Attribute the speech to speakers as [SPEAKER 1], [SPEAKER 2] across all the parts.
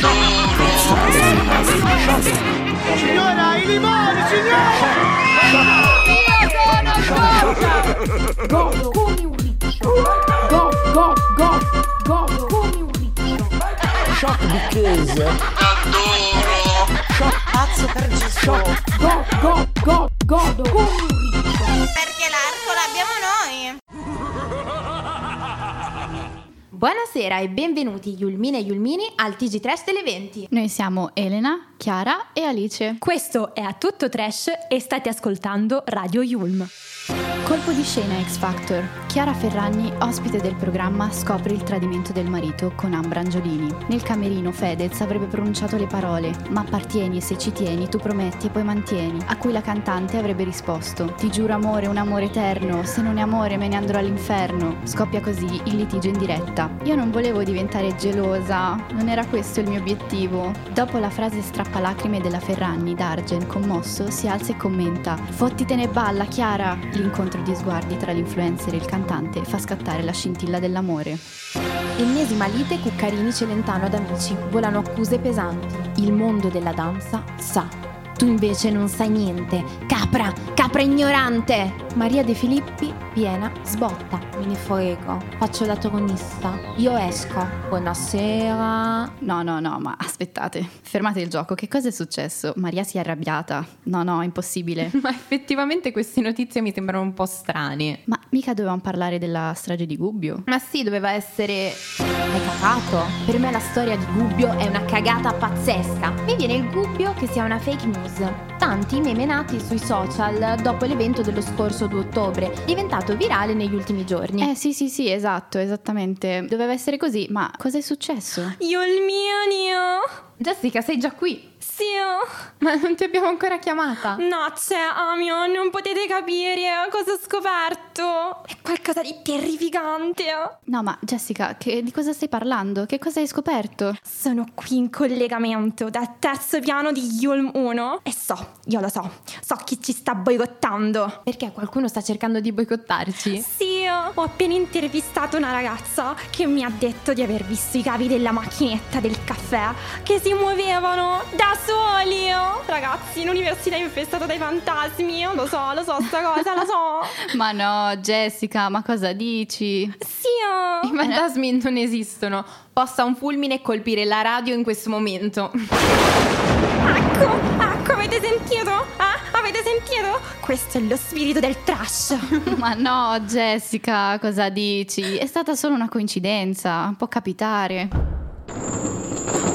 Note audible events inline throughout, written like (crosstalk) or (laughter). [SPEAKER 1] Oh.
[SPEAKER 2] Signora, i limoni, signora!
[SPEAKER 3] Go, come un riccio. Go, go, go, go, come un riccio.
[SPEAKER 4] Shock because. Shock pazzo per Gesù.
[SPEAKER 3] Go, go, go, godo come un riccio.
[SPEAKER 5] Perché l'arco l'abbiamo noi.
[SPEAKER 6] Buonasera e benvenuti Yulmine e Yulmini al TG3 delle 20.
[SPEAKER 7] Noi siamo Elena, Chiara e Alice.
[SPEAKER 8] Questo è A Tutto Trash e state ascoltando Radio Yulm.
[SPEAKER 7] Colpo di scena X Factor. Chiara Ferragni, ospite del programma, scopre il tradimento del marito con Ambra Angiolini. Nel camerino Fedez avrebbe pronunciato le parole Ma appartieni e se ci tieni, tu prometti e poi mantieni, a cui la cantante avrebbe risposto Ti giuro amore, un amore eterno, se non è amore me ne andrò all'inferno. Scoppia così il litigio in diretta. Io non volevo diventare gelosa, non era questo il mio obiettivo. Dopo la frase strappalacrime della Ferragni, Dargen, commosso, si alza e commenta Fottitene balla, Chiara! L'incontro di sguardi tra l'influencer e il cantante fa scattare la scintilla dell'amore.
[SPEAKER 6] Ennesima lite Cuccarini Celentano ad amici. Volano accuse pesanti. Il mondo della danza sa. Tu invece non sai niente. Capra, capra ignorante. Maria De Filippi, piena, sbotta. Me ne frego. Faccio la tronista. Io esco. Buonasera.
[SPEAKER 7] No, no, no, ma aspettate, fermate il gioco, che cosa è successo? Maria si è arrabbiata. No, no, impossibile.
[SPEAKER 1] Ma effettivamente queste notizie mi sembrano un po' strane.
[SPEAKER 7] Ma mica dovevamo parlare della strage di Gubbio?
[SPEAKER 1] Ma sì, doveva essere.
[SPEAKER 6] Hai capato? Per me la storia di Gubbio è una cagata pazzesca. Mi viene il dubbio che sia una fake news. Tanti meme nati sui social dopo l'evento dello scorso 2 ottobre, diventato virale negli ultimi giorni.
[SPEAKER 7] Eh sì, sì, sì, esatto, esattamente. Doveva essere così, ma cosa è successo?
[SPEAKER 5] Yulmionio.
[SPEAKER 1] Jessica, sei già qui.
[SPEAKER 5] Sì.
[SPEAKER 1] oh. Ma non ti abbiamo ancora chiamata.
[SPEAKER 5] No, c'è Amio, non potete capire cosa ho scoperto. È qualcosa di terrificante.
[SPEAKER 7] No, ma Jessica, che- di cosa stai parlando? Che cosa hai scoperto?
[SPEAKER 5] Sono qui in collegamento dal terzo piano di Yulm 1 e so, io lo so, so chi ci sta boicottando.
[SPEAKER 1] Perché qualcuno sta cercando di boicottarci?
[SPEAKER 5] Sì, ho appena intervistato una ragazza che mi ha detto di aver visto i cavi della macchinetta del caffè che si muovevano da soli. Ragazzi, l'università è infestata dai fantasmi, lo so, lo so sta cosa, lo so.
[SPEAKER 7] Ma no, Jessica, ma cosa dici?
[SPEAKER 1] I
[SPEAKER 5] Sì.
[SPEAKER 1] fantasmi non esistono. Possa un fulmine colpire la radio in questo momento.
[SPEAKER 5] Ecco, ecco, avete sentito? Ah, avete sentito? Questo è lo spirito del trash.
[SPEAKER 7] Ma no, Jessica, cosa dici? È stata solo una coincidenza, può capitare.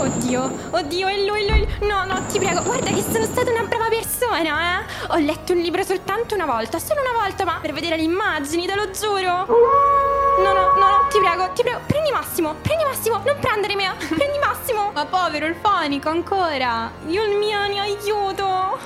[SPEAKER 5] Oddio, oddio, è lui, è lui. No, no, ti prego, guarda che sono stata una brava persona, eh. Ho letto un libro soltanto una volta, solo una volta, ma per vedere le immagini, te lo giuro. No, no, no, no, ti prego, ti prego, prendi Massimo, prendi Massimo, non prendere me, (laughs) prendi Massimo.
[SPEAKER 1] Ma povero il fonico ancora.
[SPEAKER 5] Io il mio, ne aiuto.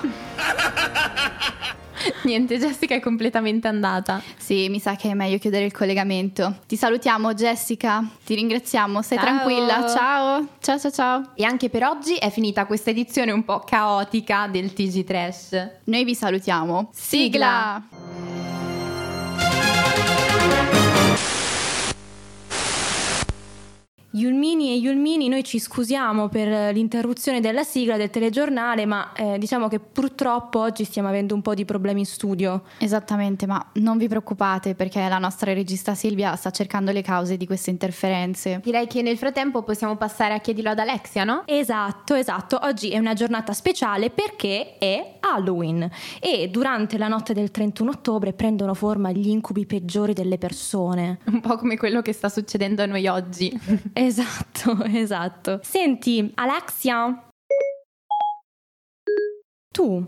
[SPEAKER 1] Niente, Jessica è completamente andata.
[SPEAKER 7] Sì, mi sa che è meglio chiudere il collegamento. Ti salutiamo, Jessica. Ti ringraziamo, stai
[SPEAKER 1] Ciao.
[SPEAKER 7] tranquilla. Ciao, ciao, ciao, ciao.
[SPEAKER 1] E anche per oggi è finita questa edizione un po' caotica del TG Trash.
[SPEAKER 7] Noi vi salutiamo.
[SPEAKER 1] Sigla.
[SPEAKER 9] Yulmini e Yulmini, noi ci scusiamo per eh, l'interruzione della sigla del telegiornale, ma eh, diciamo che purtroppo oggi stiamo avendo un po' di problemi in studio.
[SPEAKER 7] Esattamente, ma non vi preoccupate perché la nostra regista Silvia sta cercando le cause di queste interferenze.
[SPEAKER 1] Direi che nel frattempo possiamo passare a chiedilo ad Alexia, no?
[SPEAKER 9] Esatto, esatto, oggi è una giornata speciale perché è Halloween e durante la notte del 31 ottobre prendono forma gli incubi peggiori delle (laughs) persone.
[SPEAKER 1] Un po' come quello che sta succedendo a noi (laughs) oggi.
[SPEAKER 9] Esatto, (laughs) esatto. Senti, Alexia, tu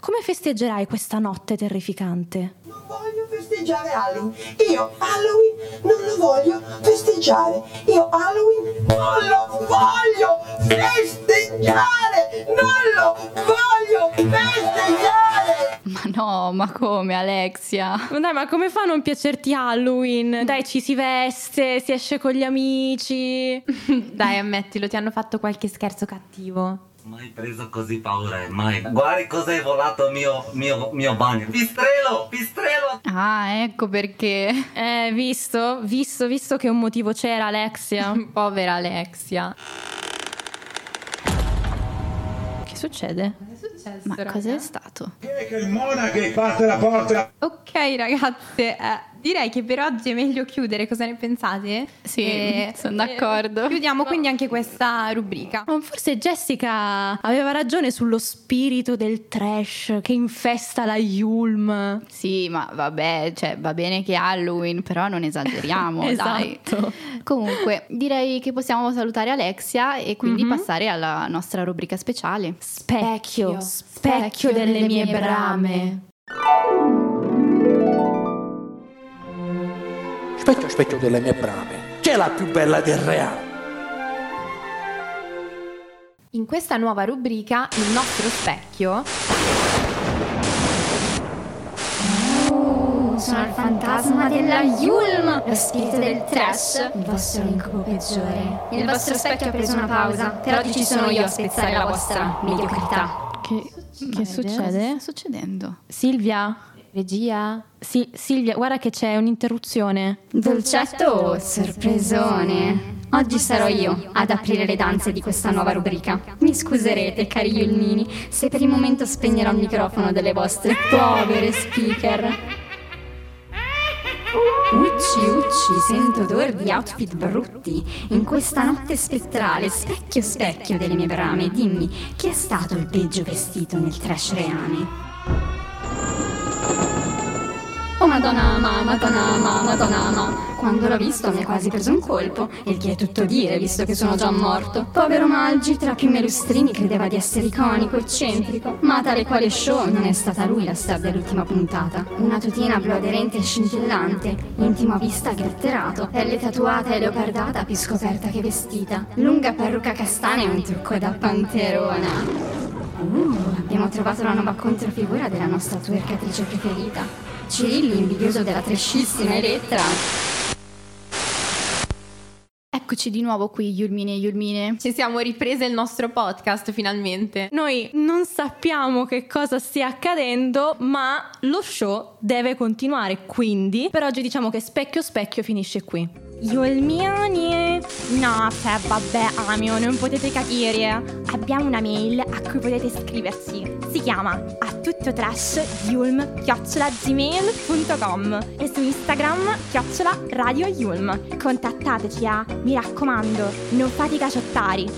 [SPEAKER 9] come festeggerai questa notte terrificante?
[SPEAKER 10] Non voglio festeggiare Halloween. Io Halloween non lo voglio festeggiare. Io Halloween non lo voglio festeggiare. Non lo voglio festeggiare.
[SPEAKER 7] Ma no, ma come, Alexia?
[SPEAKER 9] Ma Dai, ma come fa a non piacerti Halloween? Dai, ci si veste, si esce con gli amici.
[SPEAKER 1] Dai, ammettilo, ti hanno fatto qualche scherzo cattivo.
[SPEAKER 11] Mai preso così paura, eh, mai. Guardi cos'è volato mio, mio, mio bagno. Pistrello, pistrello!
[SPEAKER 7] Ah, ecco perché.
[SPEAKER 9] (laughs) Eh, visto, visto, visto che un motivo c'era Alexia.
[SPEAKER 1] (laughs) Povera Alexia.
[SPEAKER 9] (laughs) Che succede?
[SPEAKER 7] Ma cos'è stato?
[SPEAKER 12] Che monache, parte la porta!
[SPEAKER 1] Ok ragazze, eh, direi che per oggi è meglio chiudere, cosa ne pensate? Eh,
[SPEAKER 7] Sì, sono d'accordo.
[SPEAKER 1] Chiudiamo quindi anche questa rubrica.
[SPEAKER 9] Oh, Forse Jessica aveva ragione sullo spirito del trash che infesta la Yulm.
[SPEAKER 7] Sì, ma vabbè, cioè, va bene che è Halloween, però non
[SPEAKER 9] (laughs)
[SPEAKER 7] esageriamo,
[SPEAKER 9] Esatto.
[SPEAKER 7] dai. Comunque, direi che possiamo salutare Alexia e quindi
[SPEAKER 9] Mhm.
[SPEAKER 7] passare alla nostra rubrica speciale.
[SPEAKER 9] Specchio, specchio delle mie brame.
[SPEAKER 13] Specchio, specchio delle mie brame. C'è la più bella del reale.
[SPEAKER 1] In questa nuova rubrica, il nostro specchio
[SPEAKER 3] Sono il fantasma della Yulm, lo spirito del trash, il vostro incubo peggiore. Il vostro specchio ha preso una pausa, però oggi sono io a spezzare la vostra mediocrità.
[SPEAKER 9] Che,
[SPEAKER 7] Che
[SPEAKER 9] succede?
[SPEAKER 7] Sta succedendo?
[SPEAKER 9] Silvia?
[SPEAKER 6] Regia?
[SPEAKER 9] Sì, Silvia, guarda che c'è un'interruzione.
[SPEAKER 3] Dolcetto, sorpresone. Oggi sarò io ad aprire le danze di questa nuova rubrica. Mi scuserete, cari Yulmini, se per il momento spegnerò il microfono delle vostre povere speaker. Ucci, ucci, sento odor di outfit brutti. In questa notte spettrale, specchio, specchio delle mie brame, dimmi chi è stato il peggio vestito nel trash reame? Oh madonna, ma, madonna, ma, madonna, ma. Quando l'ho visto mi ha quasi preso un colpo, e il che è tutto dire, visto che sono già morto. Povero Maggi, tra più melustrini, credeva di essere iconico, eccentrico. Ma tale quale show non è stata lui la star dell'ultima puntata. Una tutina blu aderente e scintillante, intimo a vista gratterato, pelle tatuata e leopardata, più scoperta che vestita. Lunga parrucca castana e un trucco da panterona. Uh, abbiamo trovato la nuova controfigura della nostra twerkatrice preferita. Cirilli, invidioso della trescissima Elettra.
[SPEAKER 7] Eccoci di nuovo qui, Yulmine e Yulmine.
[SPEAKER 1] ci siamo riprese il nostro podcast finalmente.
[SPEAKER 9] Noi non sappiamo che cosa stia accadendo, ma lo show deve continuare, quindi per oggi diciamo che specchio specchio finisce qui.
[SPEAKER 5] Yulmioni? No, cioè, vabbè, Amio, non potete capire. Abbiamo una mail a cui potete iscriverci. Si chiama a tutto trash yulm chiocciola gmail.com e su Instagram chiocciola radio yulm. Contattateci a, mi raccomando, non fate i caciottari.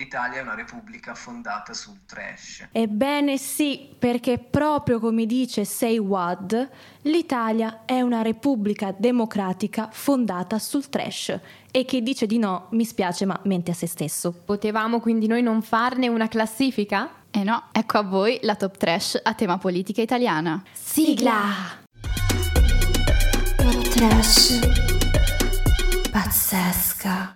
[SPEAKER 14] L'Italia è una repubblica fondata sul trash.
[SPEAKER 9] Ebbene sì, perché proprio come dice Say Wad, l'Italia è una repubblica democratica fondata sul trash e chi dice di no mi spiace ma mente a se stesso.
[SPEAKER 1] Potevamo quindi noi non farne una classifica?
[SPEAKER 7] Eh no, ecco a voi la top trash a tema politica italiana.
[SPEAKER 3] Sigla! Trash. Pazzesca.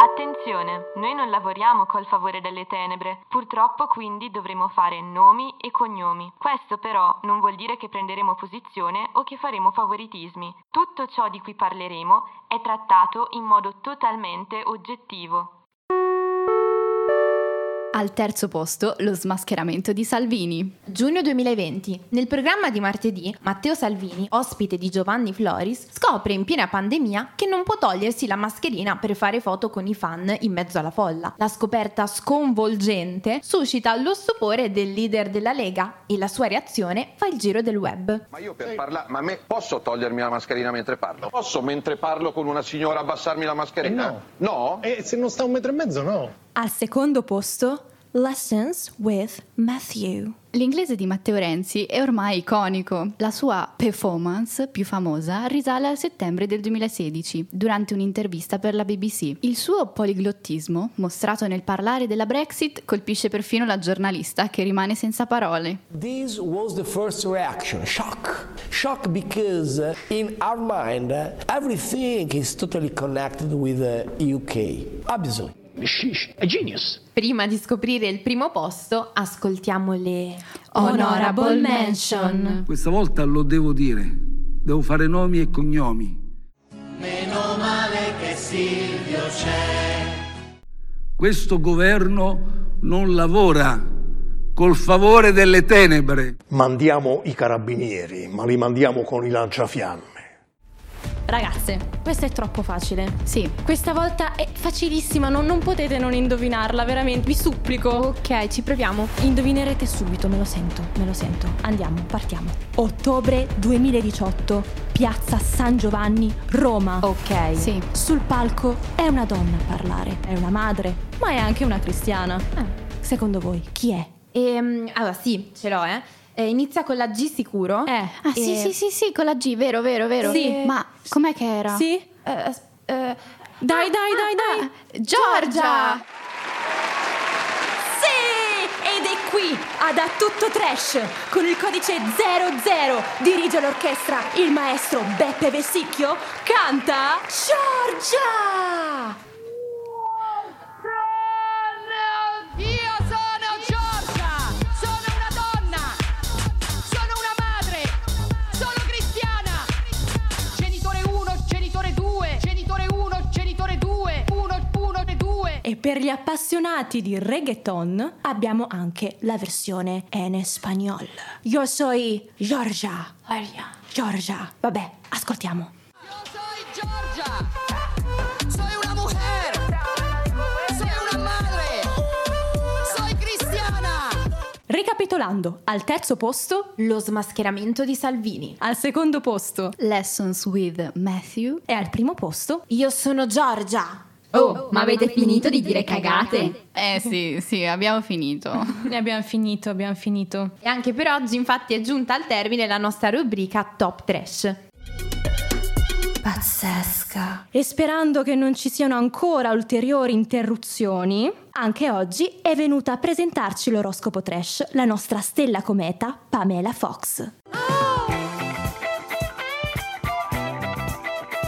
[SPEAKER 15] Attenzione, noi non lavoriamo col favore delle tenebre, purtroppo quindi dovremo fare nomi e cognomi. Questo però non vuol dire che prenderemo posizione o che faremo favoritismi. Tutto ciò di cui parleremo è trattato in modo totalmente oggettivo.
[SPEAKER 7] Al terzo posto lo smascheramento di Salvini.
[SPEAKER 1] Giugno 2020. Nel programma di martedì, Matteo Salvini, ospite di Giovanni Floris, scopre in piena pandemia che non può togliersi la mascherina per fare foto con i fan in mezzo alla folla. La scoperta sconvolgente suscita lo stupore del leader della Lega e la sua reazione fa il giro del web.
[SPEAKER 16] Ma io per parlare, ma a me posso togliermi la mascherina mentre parlo? Posso mentre parlo con una signora abbassarmi la mascherina? no.
[SPEAKER 12] E Eh, se non sta un metro e mezzo, no.
[SPEAKER 9] Al secondo posto, Lessons with Matthew.
[SPEAKER 7] L'inglese di Matteo Renzi è ormai iconico. La sua performance più famosa risale al settembre del 2016, durante un'intervista per la BBC. Il suo poliglottismo, mostrato nel parlare della Brexit, colpisce perfino la giornalista che rimane senza parole.
[SPEAKER 17] This was the first reaction shock. Shock because uh, in our mind uh, everything is totally connected with the UK. Obviously. She's a genius.
[SPEAKER 1] Prima di scoprire il primo posto, ascoltiamo le
[SPEAKER 3] Honorable mention.
[SPEAKER 18] Questa volta lo devo dire, devo fare nomi e cognomi.
[SPEAKER 2] Meno male che Silvio c'è.
[SPEAKER 18] Questo governo non lavora col favore delle tenebre.
[SPEAKER 19] Mandiamo i carabinieri, ma li mandiamo con i lanciafiamme.
[SPEAKER 9] Ragazze, questa è troppo facile. Sì. Questa volta è facilissima, non, non potete non indovinarla, veramente. Vi supplico. Ok, ci proviamo. Indovinerete subito, me lo sento, me lo sento. Andiamo, partiamo.
[SPEAKER 8] Ottobre 2018, Piazza San Giovanni, Roma.
[SPEAKER 9] Ok. Sì. Sul palco è una donna a parlare, è una madre, ma è anche una cristiana. Secondo voi chi è?
[SPEAKER 1] Ehm, allora sì, ce l'ho, eh. Eh, inizia con la G sicuro. Eh.
[SPEAKER 7] Ah, sì, sì, sì, sì, con la G, vero, vero, vero.
[SPEAKER 1] Sì.
[SPEAKER 7] Ma com'è che era?
[SPEAKER 1] Sì.
[SPEAKER 7] Eh, as- eh,
[SPEAKER 9] Dai,
[SPEAKER 7] ah,
[SPEAKER 9] dai, dai,
[SPEAKER 7] ah,
[SPEAKER 9] dai.
[SPEAKER 7] ah, Giorgia!
[SPEAKER 8] Sì! Ed è qui, ad A Tutto Trash, con il codice 00, dirige l'orchestra il maestro Beppe Vessicchio, canta Giorgia!
[SPEAKER 4] Io sono Giorgia, sono una donna, sono una madre, sono cristiana. Genitore 1, genitore 2, genitore 1, genitore 2, 1, 1 e 2.
[SPEAKER 9] E per gli appassionati di reggaeton abbiamo anche la versione en español. Io soy Giorgia. Giorgia. Vabbè, ascoltiamo.
[SPEAKER 4] Giorgia, soy una mujer, soy una madre, soy cristiana.
[SPEAKER 9] Ricapitolando, al terzo posto
[SPEAKER 1] lo smascheramento di Salvini.
[SPEAKER 9] Al secondo posto
[SPEAKER 7] Lessons with Matthew.
[SPEAKER 9] E al primo posto
[SPEAKER 1] Io sono Giorgia.
[SPEAKER 3] Oh, ma avete finito di dire cagate?
[SPEAKER 20] Eh sì, sì, abbiamo finito.
[SPEAKER 7] (laughs)
[SPEAKER 9] Ne abbiamo finito, abbiamo finito.
[SPEAKER 1] E anche per oggi infatti è giunta al termine la nostra rubrica Top Trash.
[SPEAKER 9] Pazzesca. E sperando che non ci siano ancora ulteriori interruzioni, anche oggi è venuta a presentarci l'oroscopo trash la nostra stella cometa Pamela Fox.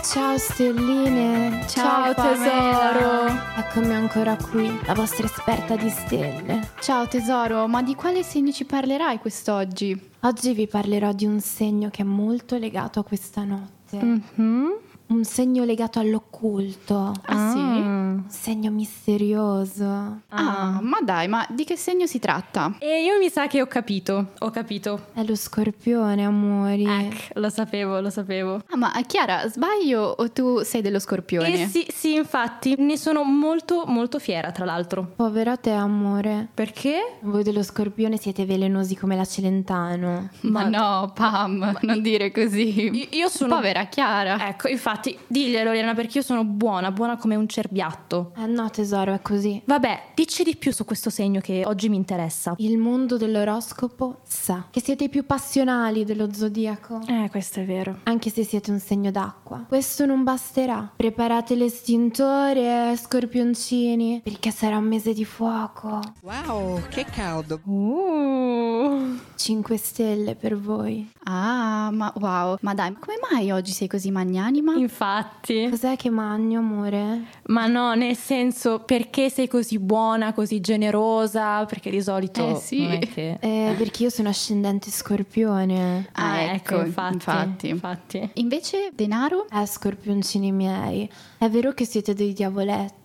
[SPEAKER 6] Ciao stelline,
[SPEAKER 7] Ciao,
[SPEAKER 6] tesoro.
[SPEAKER 7] Pamela.
[SPEAKER 6] Eccomi ancora qui, la vostra esperta di stelle.
[SPEAKER 7] Ciao tesoro, ma di quale segno ci parlerai quest'oggi?
[SPEAKER 6] Oggi vi parlerò di un segno che è molto legato a questa notte. Mm-hmm.
[SPEAKER 9] Mhm.
[SPEAKER 6] Un segno legato all'occulto.
[SPEAKER 7] Ah, sì?
[SPEAKER 6] Un segno misterioso.
[SPEAKER 7] Ah, ma dai, ma di che segno si tratta?
[SPEAKER 9] E io mi sa che ho capito, ho capito.
[SPEAKER 6] È lo scorpione, amori.
[SPEAKER 9] Ecco, lo sapevo, lo sapevo.
[SPEAKER 7] Ah, ma Chiara, sbaglio o tu sei dello scorpione?
[SPEAKER 20] Eh
[SPEAKER 9] E
[SPEAKER 7] (laughs)
[SPEAKER 9] sì, sì, infatti, ne sono molto, molto fiera, tra l'altro.
[SPEAKER 6] Povera te, amore.
[SPEAKER 9] Perché?
[SPEAKER 6] Voi dello scorpione siete velenosi come la Celentano.
[SPEAKER 20] Ma, no, Pam, non dire così.
[SPEAKER 9] Io- Io sono...
[SPEAKER 20] Povera Chiara.
[SPEAKER 9] Ecco, infatti, diglielo, Elena, perché io sono buona, buona come un cerbiatto.
[SPEAKER 6] Eh no, tesoro, è così.
[SPEAKER 9] Vabbè, dici di più su questo segno che oggi mi interessa.
[SPEAKER 6] Il mondo dell'oroscopo sa che siete i più passionali dello zodiaco.
[SPEAKER 9] Eh, questo è vero.
[SPEAKER 6] Anche se siete un segno d'acqua. Questo non basterà. Preparate l'estintore, scorpioncini, perché sarà un mese di fuoco.
[SPEAKER 4] Wow, che caldo.
[SPEAKER 9] Uh.
[SPEAKER 6] 5 stelle per voi.
[SPEAKER 7] Ah, ma wow, ma dai, ma come mai oggi sei così magnanima?
[SPEAKER 9] Infatti.
[SPEAKER 6] Cos'è che magno, amore?
[SPEAKER 9] Ma no, nel senso, perché sei così buona, così generosa? Perché di solito...
[SPEAKER 20] Eh, sì.
[SPEAKER 9] non è che-
[SPEAKER 6] Eh, perché io sono ascendente scorpione.
[SPEAKER 20] Ah, ecco,
[SPEAKER 9] infatti.
[SPEAKER 20] infatti.
[SPEAKER 9] infatti.
[SPEAKER 7] Invece, denaro?
[SPEAKER 6] Eh, scorpioncini miei, è vero che siete dei diavoletti,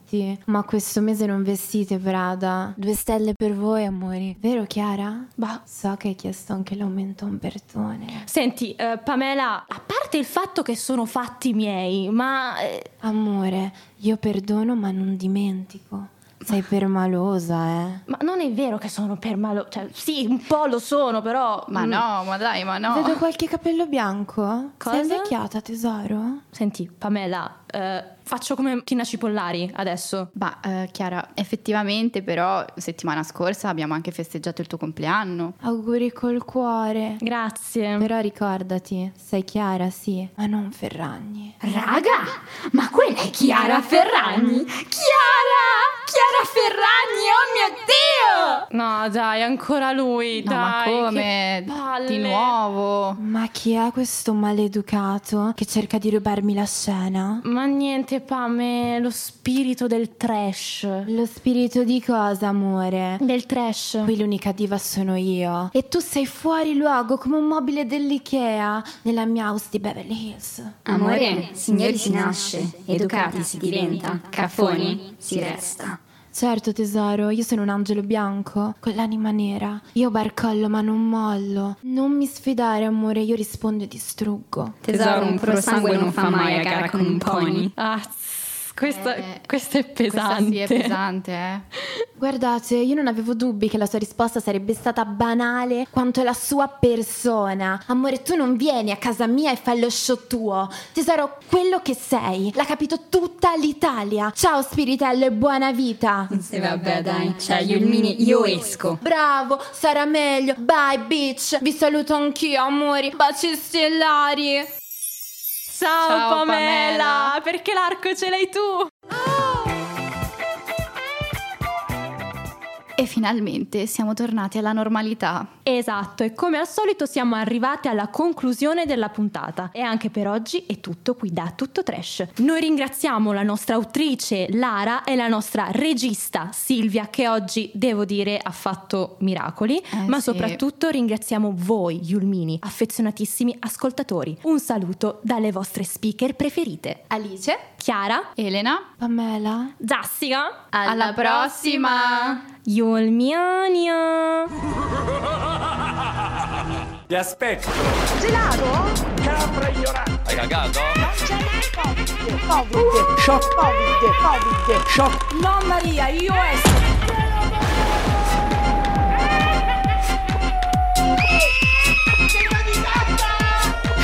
[SPEAKER 6] ma questo mese non vestite Prada. Due stelle per voi, amori. Vero, Chiara? Bah, so che hai chiesto anche l'aumento a un bertone.
[SPEAKER 9] Senti, eh, Pamela, a parte il fatto che sono fatti miei, ma... eh,
[SPEAKER 6] Amore, io perdono ma non dimentico. Sei permalosa, eh.
[SPEAKER 9] Ma non è vero che sono per malo... Cioè, sì, un po' lo sono, però...
[SPEAKER 20] Ma
[SPEAKER 9] mm,
[SPEAKER 20] no, ma dai, ma no.
[SPEAKER 6] Vedo qualche capello bianco.
[SPEAKER 9] Cosa?
[SPEAKER 6] Sei invecchiata, tesoro?
[SPEAKER 9] Senti, Pamela, eh, faccio come Tina Cipollari adesso.
[SPEAKER 20] Ma eh, Chiara, effettivamente però settimana scorsa abbiamo anche festeggiato il tuo compleanno.
[SPEAKER 6] Auguri col cuore.
[SPEAKER 9] Grazie.
[SPEAKER 6] Però ricordati, sei Chiara, sì, ma non Ferragni.
[SPEAKER 3] Raga, ma quella è Chiara Ferragni! Chiara! Chiara Ferragni, oh mio Dio!
[SPEAKER 9] No, dai, ancora lui,
[SPEAKER 20] No,
[SPEAKER 9] dai.
[SPEAKER 20] ma
[SPEAKER 9] che
[SPEAKER 20] come?
[SPEAKER 9] palle.
[SPEAKER 20] Di nuovo.
[SPEAKER 6] Ma chi è questo maleducato che cerca di rubarmi la scena?
[SPEAKER 9] Ma niente, Pame, lo spirito del trash.
[SPEAKER 6] Lo spirito di cosa, amore?
[SPEAKER 9] Del trash.
[SPEAKER 6] Qui l'unica diva sono io. E tu sei fuori luogo come un mobile dell'IKEA nella mia house di Beverly Hills.
[SPEAKER 3] Amore, signori si nasce, educati si diventa, caffoni si resta.
[SPEAKER 6] Certo tesoro, io sono un angelo bianco, con l'anima nera. Io barcollo ma non mollo. Non mi sfidare amore, io rispondo e distruggo.
[SPEAKER 3] Tesoro, un prosangue non fa mai a gara con un pony.
[SPEAKER 5] Ah, questo,
[SPEAKER 6] Eh,
[SPEAKER 5] questo è pesante.
[SPEAKER 20] sì, è pesante, eh.
[SPEAKER 6] Guardate, io non avevo dubbi che la sua risposta sarebbe stata banale quanto la sua persona. Amore, tu non vieni a casa mia e fai lo show tuo. Tesoro, quello che sei, l'ha capito tutta l'Italia. Ciao spiritello e buona vita.
[SPEAKER 3] Sì, vabbè, dai, c'è Yulmini, io esco.
[SPEAKER 6] Bravo, sarà meglio. Bye, bitch. Vi saluto anch'io, amori. Baci stellari.
[SPEAKER 5] Ciao,
[SPEAKER 6] Ciao,
[SPEAKER 5] Pamela.
[SPEAKER 6] Pamela.
[SPEAKER 5] perché l'arco ce l'hai tu?
[SPEAKER 7] E finalmente siamo tornati alla normalità.
[SPEAKER 9] Esatto, e come al solito siamo arrivati alla conclusione della puntata. E anche per oggi è tutto qui da Tutto Trash. Noi ringraziamo la nostra autrice Lara e la nostra regista Silvia che oggi, devo dire, ha fatto miracoli, ma
[SPEAKER 20] sì.
[SPEAKER 9] soprattutto ringraziamo voi, Yulmini, affezionatissimi ascoltatori. Un saluto dalle vostre speaker preferite.
[SPEAKER 6] Alice,
[SPEAKER 9] Chiara,
[SPEAKER 20] Elena,
[SPEAKER 6] Pamela,
[SPEAKER 9] Zassica.
[SPEAKER 20] Alla prossima!
[SPEAKER 9] Yulmiania!
[SPEAKER 21] Ti aspetto!
[SPEAKER 2] Gelato?
[SPEAKER 21] Capra ignorante! Hai cagato?
[SPEAKER 2] Covid, Covid, Covid,
[SPEAKER 17] Shock.
[SPEAKER 2] No Maria, io esco.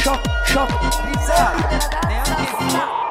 [SPEAKER 17] Shock, shock.
[SPEAKER 2] Risata. Neanche